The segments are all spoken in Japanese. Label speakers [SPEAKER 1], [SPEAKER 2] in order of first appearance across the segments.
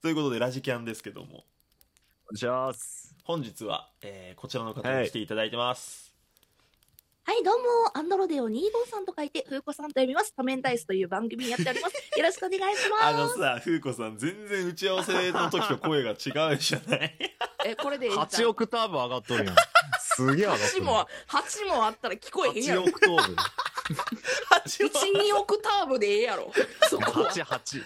[SPEAKER 1] ということで、ラジキャンですけども、
[SPEAKER 2] 願いします。
[SPEAKER 1] 本日は、えーこちらの方に来ていただいてます。
[SPEAKER 3] はい、どうも、アンドロデオ25さんと書いて、ふうこさんと呼びます。仮面ダイスという番組やってお ります。よろしくお願いし
[SPEAKER 1] あの
[SPEAKER 3] ます。
[SPEAKER 1] さ、風子さん、全然打ち合わせの時と声が違うじゃない
[SPEAKER 3] え、これで、
[SPEAKER 4] 8オクターブ上がっとるやん。
[SPEAKER 2] すげえ上がっ
[SPEAKER 3] 八も、八もあったら聞こえへんや
[SPEAKER 2] 8
[SPEAKER 3] ろ。
[SPEAKER 2] オクトーブ。
[SPEAKER 3] 一二オクターブでええやろ。そこは。
[SPEAKER 2] 8、8。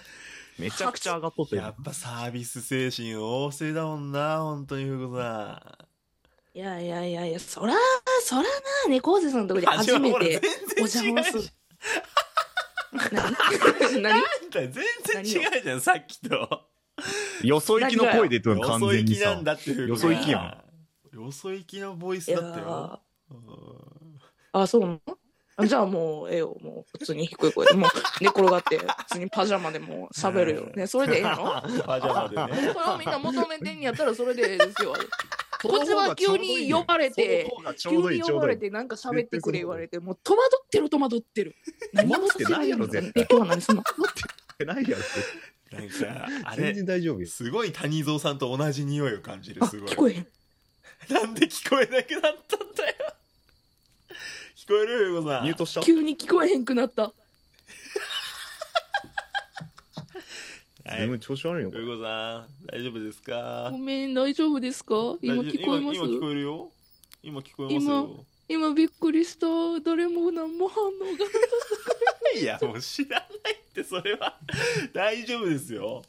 [SPEAKER 2] めちゃくちゃ上がっとったや
[SPEAKER 1] やっ
[SPEAKER 2] ん。
[SPEAKER 1] ぱサービス精神旺盛だもんな、本当に風子さ
[SPEAKER 3] いやいやいやいや、そら、そらな、猫背さんのとこ
[SPEAKER 1] ん。
[SPEAKER 3] で初め
[SPEAKER 1] ほら
[SPEAKER 3] てお
[SPEAKER 1] 全
[SPEAKER 3] 邪
[SPEAKER 1] 然違
[SPEAKER 3] 魔
[SPEAKER 1] う
[SPEAKER 3] す
[SPEAKER 1] じ
[SPEAKER 3] る。何 何
[SPEAKER 1] ゃん。全然違うじゃん、さっきと。
[SPEAKER 2] よそ行きの声出とる
[SPEAKER 1] よ
[SPEAKER 2] 完
[SPEAKER 1] そ
[SPEAKER 2] 全
[SPEAKER 1] 行
[SPEAKER 2] に
[SPEAKER 1] きな
[SPEAKER 2] さ
[SPEAKER 1] ん。だっていう
[SPEAKER 2] よそ行きや
[SPEAKER 1] ん。よそ行きのボイ
[SPEAKER 3] い
[SPEAKER 1] ス
[SPEAKER 3] や
[SPEAKER 1] だったよ。
[SPEAKER 3] ー
[SPEAKER 1] うん
[SPEAKER 3] あ、そうなのあじゃあもう、ええよ、もう、普通に低い声で、もう、寝転がって、普通にパジャマでもう喋るよ。ね、それでええの
[SPEAKER 1] パジャ マでね。
[SPEAKER 3] それをみんな求めてんやったらそれでええですよ。
[SPEAKER 2] そ
[SPEAKER 3] こ
[SPEAKER 2] の
[SPEAKER 3] っち
[SPEAKER 2] 方
[SPEAKER 3] は
[SPEAKER 2] がちょ
[SPEAKER 3] 急
[SPEAKER 2] うどいい
[SPEAKER 3] に
[SPEAKER 2] ね
[SPEAKER 3] 呼ばれて
[SPEAKER 2] そ、の方がち
[SPEAKER 3] 急
[SPEAKER 2] ょうどい
[SPEAKER 3] に
[SPEAKER 2] い、ちょう
[SPEAKER 3] 呼ば
[SPEAKER 2] どい
[SPEAKER 3] れ
[SPEAKER 2] い。
[SPEAKER 3] てなんか喋ってくれ言われて、もう戸惑ってる戸惑ってる。何
[SPEAKER 2] 戸惑ってないやろ
[SPEAKER 3] で
[SPEAKER 2] 絶対
[SPEAKER 3] 今日は何すんの
[SPEAKER 2] ないやろ。
[SPEAKER 1] なんか、あ
[SPEAKER 2] 全
[SPEAKER 1] れ、
[SPEAKER 2] 然大丈夫よ。
[SPEAKER 1] すごい谷蔵さんと同じ匂いを感じる、
[SPEAKER 3] あ、
[SPEAKER 1] すごい
[SPEAKER 3] 聞。こえへん。
[SPEAKER 1] なんで聞こえなくなったんだよ。聞こえるよ、ゆうこさん。
[SPEAKER 2] ミュートした
[SPEAKER 3] 急に聞こえへんくなった。
[SPEAKER 1] はい
[SPEAKER 2] 全然調子悪いのか
[SPEAKER 1] ゆ。うこさん、大丈夫ですか
[SPEAKER 3] ごめん、大丈夫ですか今聞こえます
[SPEAKER 1] 今今聞こえるよ。今聞こえますよ。
[SPEAKER 3] 今びっくりした。誰も何も反応が。
[SPEAKER 1] いや、もう知らないって、それは。 大丈夫ですよ。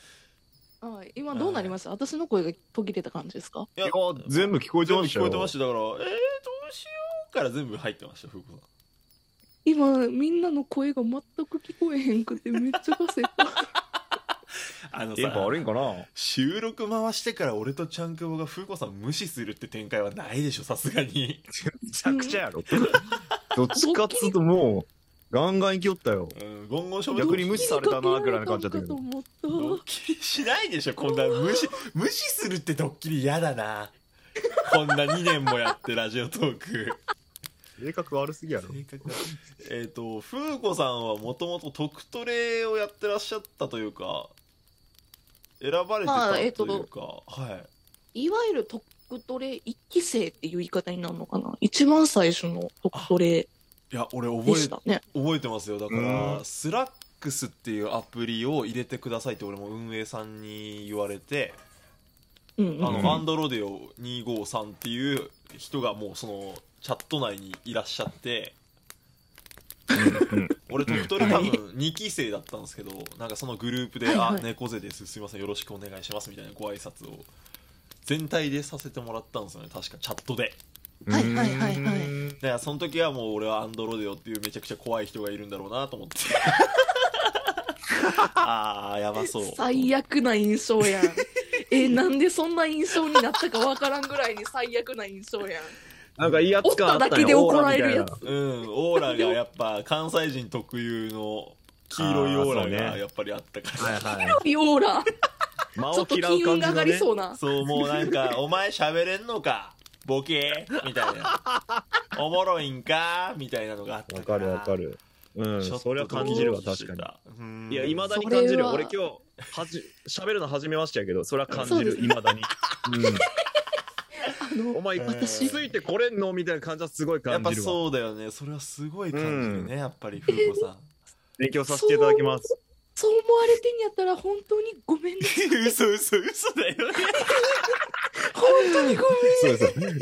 [SPEAKER 3] はい、今どうなりました私の声が途切れた感じですか
[SPEAKER 1] いや
[SPEAKER 2] 全部聞こえて
[SPEAKER 1] 全部
[SPEAKER 2] まし
[SPEAKER 1] 聞
[SPEAKER 2] たよ。
[SPEAKER 1] こえてました。だから、えー、どうしようから全部入ってました、ふうこさん。
[SPEAKER 3] 今みんなの声が全く聞こえへんくてめっちゃ焦った。
[SPEAKER 1] あの
[SPEAKER 2] テンポ
[SPEAKER 1] さ、
[SPEAKER 2] 悪いんかな
[SPEAKER 1] 収録回してから俺とちゃんくぼがふうこさん無視するって展開はないでしょ、さすがに。
[SPEAKER 2] めちゃくちゃやろ。 どっちかっつうともう、ガンガン行きよったよ。
[SPEAKER 1] うん、ゴンゴン勝負
[SPEAKER 2] 逆に無視されたな、ぐらいの感じだったけど。
[SPEAKER 3] 思っ
[SPEAKER 1] ドッキリしないでしょ、こんな無視、無視するってドッキリ嫌だな。こんな2年もやってラジオトーク。
[SPEAKER 2] 性格悪すぎやろ。
[SPEAKER 1] 正確だえっと、風子さんはもともとトクトレをやってらっしゃったというか、選ばれて
[SPEAKER 3] ま
[SPEAKER 1] た
[SPEAKER 3] あえっ
[SPEAKER 1] と
[SPEAKER 3] と
[SPEAKER 1] いうか、はい。
[SPEAKER 3] いわゆる特トレ一期生っていう言い方になるのかな一番最初の特トレ
[SPEAKER 1] いや、俺
[SPEAKER 3] で
[SPEAKER 1] 覚え
[SPEAKER 3] し、たね。
[SPEAKER 1] 覚えてますよ。だから
[SPEAKER 2] う、
[SPEAKER 1] スラックスっていうアプリを入れてくださいって俺も運営さんに言われて、
[SPEAKER 3] うんう
[SPEAKER 1] あの、
[SPEAKER 3] ん。
[SPEAKER 2] うん
[SPEAKER 1] アンドロデオ253っていう人がもうその、チャット内にいらっしゃって、俺、トクトレ多分2期生だったんですけど、なんかそのグループで、
[SPEAKER 3] はいはい
[SPEAKER 1] あ、猫背です、すいません、よろしくお願いしますみたいなご挨拶を、全体でさせてもらったんですよね、確か、チャットで。
[SPEAKER 3] はいはいはいはい
[SPEAKER 1] だから、その時はもう俺はアンドロデオっていうめちゃくちゃ怖い人がいるんだろうなと思 って。あー、やばそう。
[SPEAKER 3] 最悪な印象やん。 え、なんでそんな印象になったかわからんぐらいに最悪な印象やん。
[SPEAKER 2] なんかいいやつ感あった
[SPEAKER 3] 折っただけで怒られるやつ
[SPEAKER 2] つ。
[SPEAKER 1] うん、オーラがやっぱ関西人特有の黄色いオーラ
[SPEAKER 2] あーそう
[SPEAKER 1] が
[SPEAKER 2] ね
[SPEAKER 1] やっぱりあったから。
[SPEAKER 2] はいはい。
[SPEAKER 3] ビオー ラ、
[SPEAKER 2] 間
[SPEAKER 3] ちょ
[SPEAKER 2] を
[SPEAKER 3] っと
[SPEAKER 2] 嫌う
[SPEAKER 3] 金
[SPEAKER 2] 感
[SPEAKER 3] 運
[SPEAKER 2] じ
[SPEAKER 3] が
[SPEAKER 2] の
[SPEAKER 3] 上がり
[SPEAKER 2] ね。
[SPEAKER 3] そうな。
[SPEAKER 1] そう、もうなん か、お前喋れんのか、ボケみたいな。おもろいんかみたいなのがあった
[SPEAKER 2] わかるわか
[SPEAKER 1] る。
[SPEAKER 2] る。うん、
[SPEAKER 1] ちょっと
[SPEAKER 2] それは感じるわ、確か
[SPEAKER 1] に
[SPEAKER 2] に。いや、未だに
[SPEAKER 3] それは
[SPEAKER 2] 感じるよ。俺今日、はじ、喋るの始めましたけど、それは感
[SPEAKER 3] そ
[SPEAKER 2] じ
[SPEAKER 3] うで
[SPEAKER 2] る、
[SPEAKER 3] す
[SPEAKER 2] 未だに。
[SPEAKER 3] あ
[SPEAKER 2] うん。お
[SPEAKER 3] の、
[SPEAKER 2] 前、
[SPEAKER 1] 私
[SPEAKER 2] ついてこれんのみたいな感じはすごい
[SPEAKER 1] やっ
[SPEAKER 2] 感
[SPEAKER 1] ぱ
[SPEAKER 2] じるわ。
[SPEAKER 1] そうだよね。それはすごい感じるね、やっぱり、風子さん。
[SPEAKER 2] 勉強させていただきます。
[SPEAKER 3] そう思われてんやったら本当にごめんなさい。
[SPEAKER 1] 嘘嘘嘘だよね。
[SPEAKER 3] 本当にごめん
[SPEAKER 2] そうそう。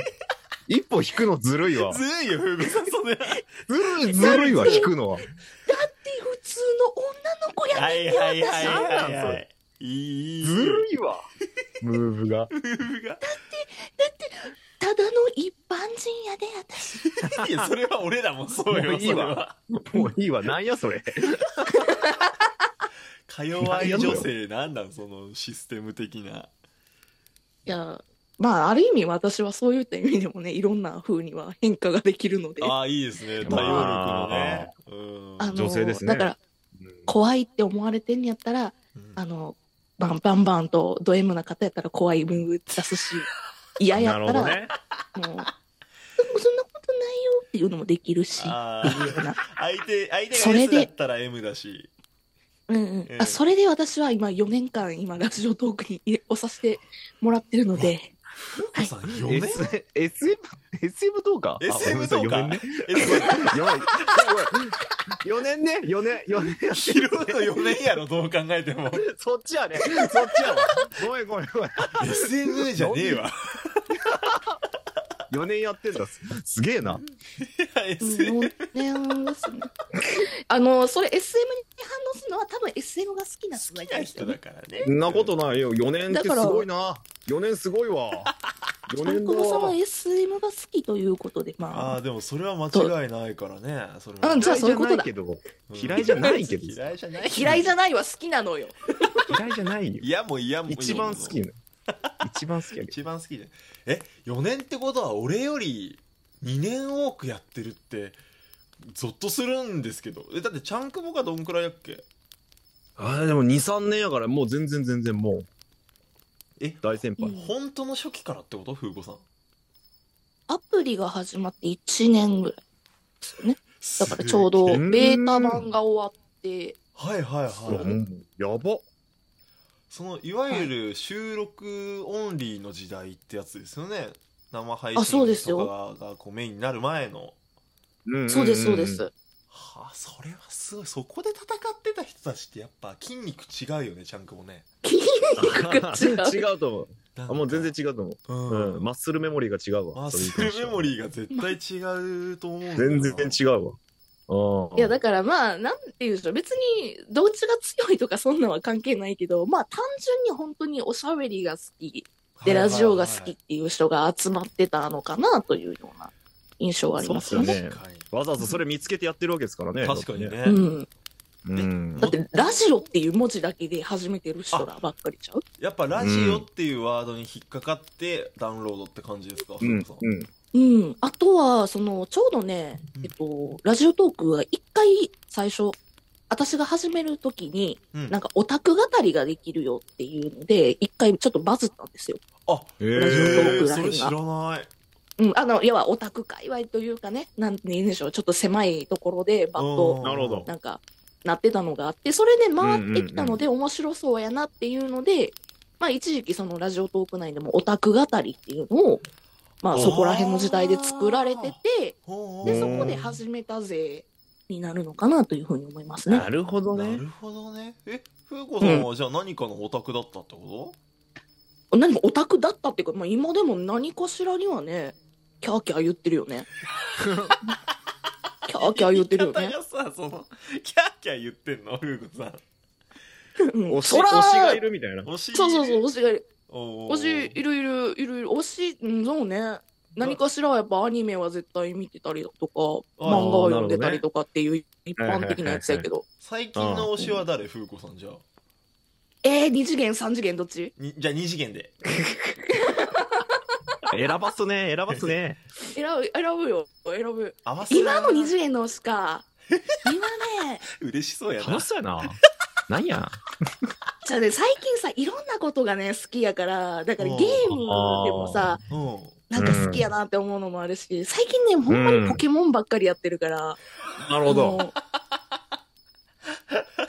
[SPEAKER 2] 一歩引くのずるいわ。
[SPEAKER 1] ずるいよ、風子さん、それは。
[SPEAKER 2] ずるい、ずるいわ、引くのは。
[SPEAKER 3] って普通の女の子や
[SPEAKER 1] はいはいはいはい、
[SPEAKER 2] なんなんそ
[SPEAKER 1] はい
[SPEAKER 2] れ。
[SPEAKER 1] いい、いい。
[SPEAKER 2] ずるいわ。ムーブが。
[SPEAKER 1] 夫婦が。
[SPEAKER 3] ただの一般人やで私
[SPEAKER 1] いや、それは俺らもそう
[SPEAKER 2] も
[SPEAKER 1] よ、
[SPEAKER 2] うい
[SPEAKER 1] そ
[SPEAKER 2] い
[SPEAKER 1] れ
[SPEAKER 2] わ
[SPEAKER 1] は。
[SPEAKER 2] もういいわ、なんやそれ。
[SPEAKER 1] か弱い女性、なんだ、そのシステム的な。
[SPEAKER 3] いやまあある意味私はそういった意味でもねいろんな風には変化ができるのであ
[SPEAKER 1] ああ、いいです ね。対応力のねう
[SPEAKER 2] ま。
[SPEAKER 1] ん。
[SPEAKER 3] の
[SPEAKER 2] 女性ですね
[SPEAKER 3] だから怖いって思われてんやったらあのバンバンバンとド M な方やったら怖いムーブ出 すし嫌や
[SPEAKER 2] な
[SPEAKER 3] っ
[SPEAKER 2] る
[SPEAKER 3] た
[SPEAKER 2] ほ
[SPEAKER 3] ら
[SPEAKER 2] どね。
[SPEAKER 3] もうでもそんなことないよっていうのもできるし
[SPEAKER 1] あ
[SPEAKER 3] っていうような
[SPEAKER 1] あ、相手、相手
[SPEAKER 3] そ
[SPEAKER 1] が
[SPEAKER 3] れ
[SPEAKER 1] S
[SPEAKER 3] で
[SPEAKER 1] だったら M だし。
[SPEAKER 3] うんうん
[SPEAKER 1] ええ
[SPEAKER 3] あそれで私は今4年間今ラジオトークに入れをさせてもらってるので
[SPEAKER 1] ふうこさん、4年
[SPEAKER 2] S SM、SM どうか
[SPEAKER 1] ?SM
[SPEAKER 2] と
[SPEAKER 1] と
[SPEAKER 2] 4
[SPEAKER 1] か
[SPEAKER 2] 年ね。。
[SPEAKER 1] SM
[SPEAKER 2] やばい。4年ね。4年、4年やって
[SPEAKER 1] 拾
[SPEAKER 2] る
[SPEAKER 1] うの4年やろ、どう考えても。
[SPEAKER 2] そっちやね。そっちやわ。ごめんごめんごめん。
[SPEAKER 1] SM じゃねえわ。
[SPEAKER 2] 4年やってんだ。すすげえな。
[SPEAKER 1] SM
[SPEAKER 3] 4年ですねあのそれ SM に反応するのは多分 SM が好きな人が
[SPEAKER 1] 好
[SPEAKER 3] い
[SPEAKER 1] きな
[SPEAKER 3] る
[SPEAKER 1] 人だからね。
[SPEAKER 2] そんなことないよ。4年ってすごいな。4年すごいわ。4
[SPEAKER 3] 大
[SPEAKER 2] 年だ
[SPEAKER 3] 久保さんは
[SPEAKER 2] わ。
[SPEAKER 3] SM が好きということで
[SPEAKER 1] あ
[SPEAKER 3] まあ
[SPEAKER 1] あ、でもそれは間違いないからね。それは
[SPEAKER 3] うんじゃあそういうことだ
[SPEAKER 2] 嫌いじゃないけ
[SPEAKER 1] うん
[SPEAKER 2] 嫌いじ
[SPEAKER 1] 嫌いじ
[SPEAKER 2] ゃないけど
[SPEAKER 1] ゃない。
[SPEAKER 3] 嫌いじゃないは好きなのよ
[SPEAKER 2] ど嫌いじゃないよ。
[SPEAKER 1] 嫌も嫌も。
[SPEAKER 2] 一番好き。な。一番好きやけ
[SPEAKER 1] 一番好きで。え、4年ってことは俺より2年多くやってるって、ゾッとするんですけど。え、だってちゃんくぼがどんくらいやっけ
[SPEAKER 2] ど。ああ、でも2、3年やから、もう全然全然もう。
[SPEAKER 1] え
[SPEAKER 2] 大先輩。
[SPEAKER 3] うん
[SPEAKER 1] 本当の初期からってこと風子さん。
[SPEAKER 3] アプリが始まって1年ぐらいだからちょ
[SPEAKER 1] す
[SPEAKER 3] うど
[SPEAKER 1] げ
[SPEAKER 3] ベ
[SPEAKER 1] え
[SPEAKER 3] ータ版が終わって
[SPEAKER 1] はいはいは
[SPEAKER 2] う
[SPEAKER 1] い。
[SPEAKER 2] んやば。
[SPEAKER 1] その、いわゆる収録オンリーの時代ってやつですよね。生配
[SPEAKER 3] あそう
[SPEAKER 1] 信
[SPEAKER 3] です
[SPEAKER 1] と
[SPEAKER 3] よ
[SPEAKER 1] かがこうメインになる前の。
[SPEAKER 3] そうですそうです
[SPEAKER 1] はあ、それはすごい。そこで戦ってた人たちってやっぱ筋肉違うよね、ちゃんくぼね。
[SPEAKER 3] 違う
[SPEAKER 2] 違うと思う。
[SPEAKER 1] なん
[SPEAKER 2] あ
[SPEAKER 1] か
[SPEAKER 2] もう全然違うと思
[SPEAKER 1] う
[SPEAKER 2] う。うん、
[SPEAKER 1] ん。
[SPEAKER 2] マッスルメモリーが違うわ。
[SPEAKER 1] マッスルメモ
[SPEAKER 2] ー。
[SPEAKER 1] リーが絶対違うと思うんだよな。
[SPEAKER 2] 全然違うわ。うん。
[SPEAKER 3] いやだからまあなんて言うんでしょう別にどっちが強いとかそんなんは関係ないけどまあ単純に本当におしゃべりが好きで
[SPEAKER 1] はいはいはい
[SPEAKER 3] ラジオが好きっていう人が集まってたのかなというような印象はありますよね。
[SPEAKER 2] ね
[SPEAKER 1] 確かに
[SPEAKER 2] わざわざそれ見つけてやってるわけですからね。
[SPEAKER 1] 確かにね。
[SPEAKER 3] うん、
[SPEAKER 2] うん。
[SPEAKER 3] だってラジオっていう文字だけで始めてる人らばっかりちゃう
[SPEAKER 1] やっぱラジオっていうワードに引っかかってダウンロードって感じですか、
[SPEAKER 2] う
[SPEAKER 1] そ
[SPEAKER 2] ん
[SPEAKER 1] れこそ
[SPEAKER 2] うん。
[SPEAKER 3] うん、あとはそのちょうどね、
[SPEAKER 1] うん
[SPEAKER 3] えっと、ラジオトークが一回最初私が始めるときに
[SPEAKER 1] うん
[SPEAKER 3] なんかオタク語りができるよっていうので一回ちょっとバズったんですよ。
[SPEAKER 1] あ、
[SPEAKER 2] え
[SPEAKER 3] ラジオトー
[SPEAKER 1] え
[SPEAKER 3] ク
[SPEAKER 1] ー、
[SPEAKER 3] らへ
[SPEAKER 1] そ
[SPEAKER 3] んが
[SPEAKER 1] れ知らない。
[SPEAKER 3] うん、あの、要はオタク界隈というかね、なんて言うんでしょう、ちょっと狭いところでバッ
[SPEAKER 1] う
[SPEAKER 3] と
[SPEAKER 1] ん
[SPEAKER 2] なるほど
[SPEAKER 3] なんか、なってたのがあって、それで回ってきたので面白そうやなっていうので、まあ一時期そのラジオトーク内でもオタク語りっていうのを、まあそこら辺の時代で作られてて、
[SPEAKER 1] ほう
[SPEAKER 3] で、
[SPEAKER 2] お
[SPEAKER 3] そ
[SPEAKER 2] ー
[SPEAKER 3] こで始めたぜになるのかなというふうに思いますね
[SPEAKER 2] な。るほど
[SPEAKER 1] な
[SPEAKER 2] ね。
[SPEAKER 1] るほどね。え、風子さんはじゃあ何かのオタクだったってこ
[SPEAKER 3] 何もオタクだったっていうか、まあ今でも何かしらにはね、キャーキャー言ってるよね。キャーキャー
[SPEAKER 1] と
[SPEAKER 3] 言ってるよね
[SPEAKER 1] 言い。方がさ、その、キャーキャー言ってんの風子さん。
[SPEAKER 3] うん
[SPEAKER 2] 推し、
[SPEAKER 3] そらー
[SPEAKER 2] 推しがいるみたいな。
[SPEAKER 1] 推し
[SPEAKER 3] そうそうそう、推しがいる。
[SPEAKER 1] おー
[SPEAKER 3] 推し、いるいる、いるいる。推し、うん、そうね。何かしらはやっぱアニメは絶対見てたりとか、
[SPEAKER 1] あー
[SPEAKER 3] 漫画は読んでたりとかっていう一般的なやつやけど。
[SPEAKER 1] 最近の推しは誰風子さんじゃあ。
[SPEAKER 3] えー、二次元、三次元どっち
[SPEAKER 1] にじゃあ2次元で。
[SPEAKER 2] 選ばすね、選ばすね。
[SPEAKER 3] 選ぶ、選ぶよ。選ぶ。
[SPEAKER 1] 合わせる
[SPEAKER 3] 今の二次元の推しか。今ね、
[SPEAKER 1] 嬉しそうやな
[SPEAKER 2] 楽し。そうやな。なんや。
[SPEAKER 3] じゃあね、最近さ、いろんなことがね、好きやから、だからゲームでもさ、
[SPEAKER 1] うん。
[SPEAKER 3] なんか好きやなって思うのもあるし、最近ね、ほんまにポケモンばっかりやってるから、
[SPEAKER 2] なるほど。
[SPEAKER 3] もう。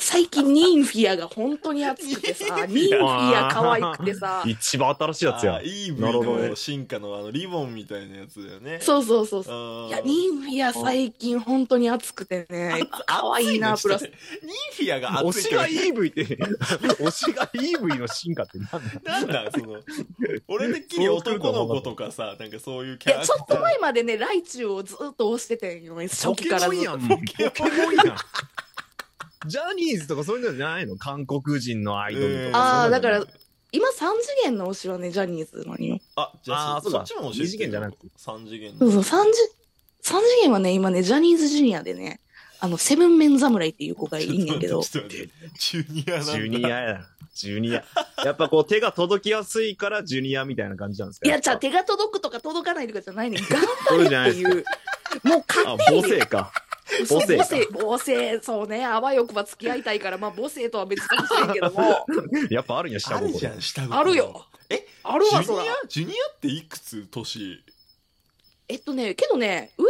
[SPEAKER 3] 最近ニンフィアが本当に熱くてさ、ニンフィア可愛くてさ、
[SPEAKER 2] 一番新しいやつ
[SPEAKER 1] あ
[SPEAKER 2] や
[SPEAKER 1] ー。イーブ
[SPEAKER 2] なるほど
[SPEAKER 1] イ
[SPEAKER 2] ね
[SPEAKER 1] の進化のあのリボンみたいなやつだよね。
[SPEAKER 3] そうそうそうそう。
[SPEAKER 1] あー
[SPEAKER 3] いや、ニンフィア最近本当に熱くてね、可愛いな、プラス
[SPEAKER 1] ニ。ンフィアが
[SPEAKER 2] 推
[SPEAKER 1] 熱いっ
[SPEAKER 2] してが EV って、 推しが EV の進化ってなんだ
[SPEAKER 1] なんだその俺てっきり男の子とかさなんかそういうキ
[SPEAKER 3] い
[SPEAKER 1] ャ
[SPEAKER 3] や、
[SPEAKER 1] ラク
[SPEAKER 3] ち
[SPEAKER 1] タ
[SPEAKER 3] ょ
[SPEAKER 1] ー
[SPEAKER 3] っと前までね、ライチュウをずっと押しててんよ、初期からずっと。
[SPEAKER 2] ん。ポケモンやん。ジャニーズとかそういうのじゃないの韓国人のアイドルとか。
[SPEAKER 3] あーだから
[SPEAKER 1] うん
[SPEAKER 3] 今3次元の推しはね、ジャニーズなのよ。
[SPEAKER 1] あじゃ
[SPEAKER 2] あ
[SPEAKER 1] あ
[SPEAKER 2] ー
[SPEAKER 1] そ
[SPEAKER 2] そうだ
[SPEAKER 1] そっちも教えて
[SPEAKER 2] 二次元じゃなくて
[SPEAKER 1] 3次元
[SPEAKER 3] そう
[SPEAKER 1] の
[SPEAKER 3] そう、3次、三次元はね、今ね、ジャニーズジュニアでね、あの、セブンメン侍っていう子がいいん やけど、
[SPEAKER 1] ちょっと待ってちょっと待ってジュニアなんだ
[SPEAKER 2] ジュニアや。ジュニア。やっぱこう手が届きやすいからジュニアみたいな感じなんですか
[SPEAKER 3] いや、じゃあ手が届くとか届かないとかじゃないね。 頑
[SPEAKER 2] そうじゃ
[SPEAKER 3] 張
[SPEAKER 2] ない
[SPEAKER 3] れって
[SPEAKER 2] で
[SPEAKER 3] い
[SPEAKER 2] すか
[SPEAKER 3] う。もう
[SPEAKER 2] あ
[SPEAKER 3] 勝、手
[SPEAKER 2] 母
[SPEAKER 3] に。
[SPEAKER 2] 性か。
[SPEAKER 3] そう
[SPEAKER 2] 母性か
[SPEAKER 3] 母性、母性、そうね。あわよくば付き合いたいから、まあ母性とは別かもしれんけ ども。
[SPEAKER 2] やっぱあるんや、下
[SPEAKER 1] あるじ
[SPEAKER 2] 心
[SPEAKER 1] ゃ。ん下心
[SPEAKER 3] あるよ。
[SPEAKER 1] え
[SPEAKER 3] ある
[SPEAKER 1] ジ
[SPEAKER 3] わ、
[SPEAKER 1] ュ
[SPEAKER 3] そ
[SPEAKER 1] ニ
[SPEAKER 3] ら。
[SPEAKER 1] アジュニアっていくつ年
[SPEAKER 3] えっとね、けどね、上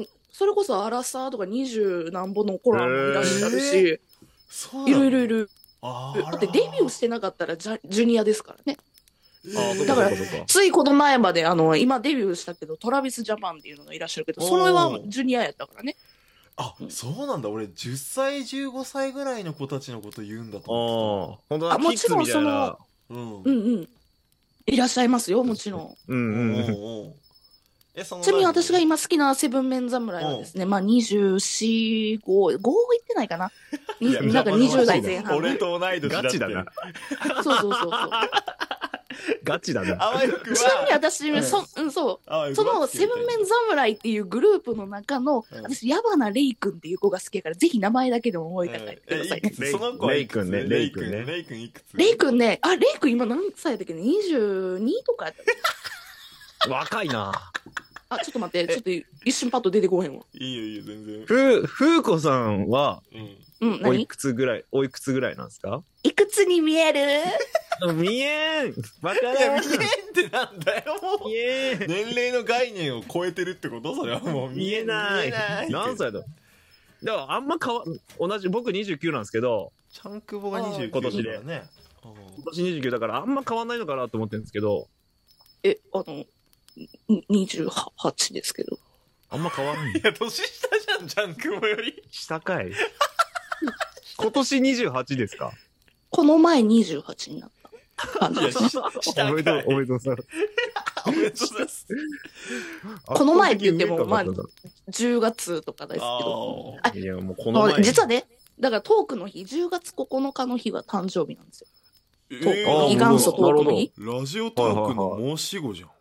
[SPEAKER 3] は、それこそアラサーとか二十何本の頃もいらっしゃるし、
[SPEAKER 1] そうなの
[SPEAKER 3] いるいるいる。
[SPEAKER 1] あ
[SPEAKER 3] だってデビューしてなかったらジャジュニアですからね。
[SPEAKER 1] ー
[SPEAKER 2] ああ、そっ
[SPEAKER 3] だから
[SPEAKER 2] かそっかそっか。
[SPEAKER 3] ついこの前まで、あの、今デビューしたけど、トラビスジャパンっていうのがいらっしゃるけど、それはジュニアやったからね。
[SPEAKER 1] あそうなんだ俺10歳15歳ぐらいの子たちのこと言うんだと
[SPEAKER 2] ああ
[SPEAKER 1] 思っ、
[SPEAKER 2] 本当だ、
[SPEAKER 3] あ
[SPEAKER 2] キ
[SPEAKER 3] も
[SPEAKER 2] ッ
[SPEAKER 3] ち
[SPEAKER 2] ズ
[SPEAKER 3] ろん
[SPEAKER 2] みたいな。
[SPEAKER 1] てたうん
[SPEAKER 3] うんうん。いらっしゃいますよ、もちろん。
[SPEAKER 2] うんうんうん。
[SPEAKER 1] おうおうえその
[SPEAKER 3] ちなみに私が今好きなセブンメン侍はですね、まあ24、5、5いってないかな。に
[SPEAKER 1] いや
[SPEAKER 3] なんか20代前半。
[SPEAKER 1] 俺と同い年だって
[SPEAKER 2] ガチだな。
[SPEAKER 3] そうそうそうそう。
[SPEAKER 2] ガチだな。
[SPEAKER 1] あわよく
[SPEAKER 3] ちなみに
[SPEAKER 1] は
[SPEAKER 3] 私、
[SPEAKER 1] うん
[SPEAKER 3] そうん、そ
[SPEAKER 1] あわよく
[SPEAKER 3] う。そ
[SPEAKER 1] は
[SPEAKER 3] のセブンメン侍っていうグループの中の、
[SPEAKER 1] うん
[SPEAKER 3] 私、矢花レイ君っていう子が好きやから、ぜひ名前だけでも覚えてあげてくださいね。
[SPEAKER 1] えいくつその子はいくつ
[SPEAKER 2] レイレイ君ね
[SPEAKER 1] レイ君いくつ
[SPEAKER 3] レイ君ね、あ、レイ君今何歳だっけね ?22 とかやった
[SPEAKER 2] 若いな。
[SPEAKER 3] あ、ちょっと待って、ちょっと一瞬パッと出てこへんわ。
[SPEAKER 1] いいよいいよ全然
[SPEAKER 2] ふ、ふうこさんは、
[SPEAKER 1] うん
[SPEAKER 3] うん、
[SPEAKER 2] おい
[SPEAKER 3] 何
[SPEAKER 2] くつぐらい、おいくつぐらいなんですか
[SPEAKER 3] いくつに見える
[SPEAKER 2] 見えんわからん
[SPEAKER 1] いや見えんってなんだよもう
[SPEAKER 2] 見えん
[SPEAKER 1] 年齢の概念を超えてるってことそれはもう
[SPEAKER 2] 見えない。何歳だだからあんま変わ、同じ、僕29なんですけど、
[SPEAKER 1] ちゃんくぼが29
[SPEAKER 2] 今年で
[SPEAKER 1] だねうん
[SPEAKER 2] 今年29だからあんま変わんないのかなと思ってるんですけど、
[SPEAKER 3] え、あの、に28ですけど。
[SPEAKER 2] あんま変わんない
[SPEAKER 1] い。や年下じゃんちゃんくぼより
[SPEAKER 2] 下かい 今年28ですか
[SPEAKER 3] この前28になった感じです。
[SPEAKER 1] 下かい
[SPEAKER 2] おめでとう、おめでとうございます。
[SPEAKER 1] おめでとうございます
[SPEAKER 3] この前って言っても
[SPEAKER 2] あの時見えたんだ
[SPEAKER 3] 10月とかですけど。
[SPEAKER 1] あ
[SPEAKER 3] あ
[SPEAKER 2] いや、もうこの
[SPEAKER 3] あ
[SPEAKER 2] 前。
[SPEAKER 3] 実はね、だからトークの日、10月9日の日は誕生日なんですよ。
[SPEAKER 1] ー
[SPEAKER 3] トー
[SPEAKER 2] あ
[SPEAKER 3] ク
[SPEAKER 2] ー
[SPEAKER 3] の日、元祖トークの日。
[SPEAKER 1] ラジオトークの申し子じゃん。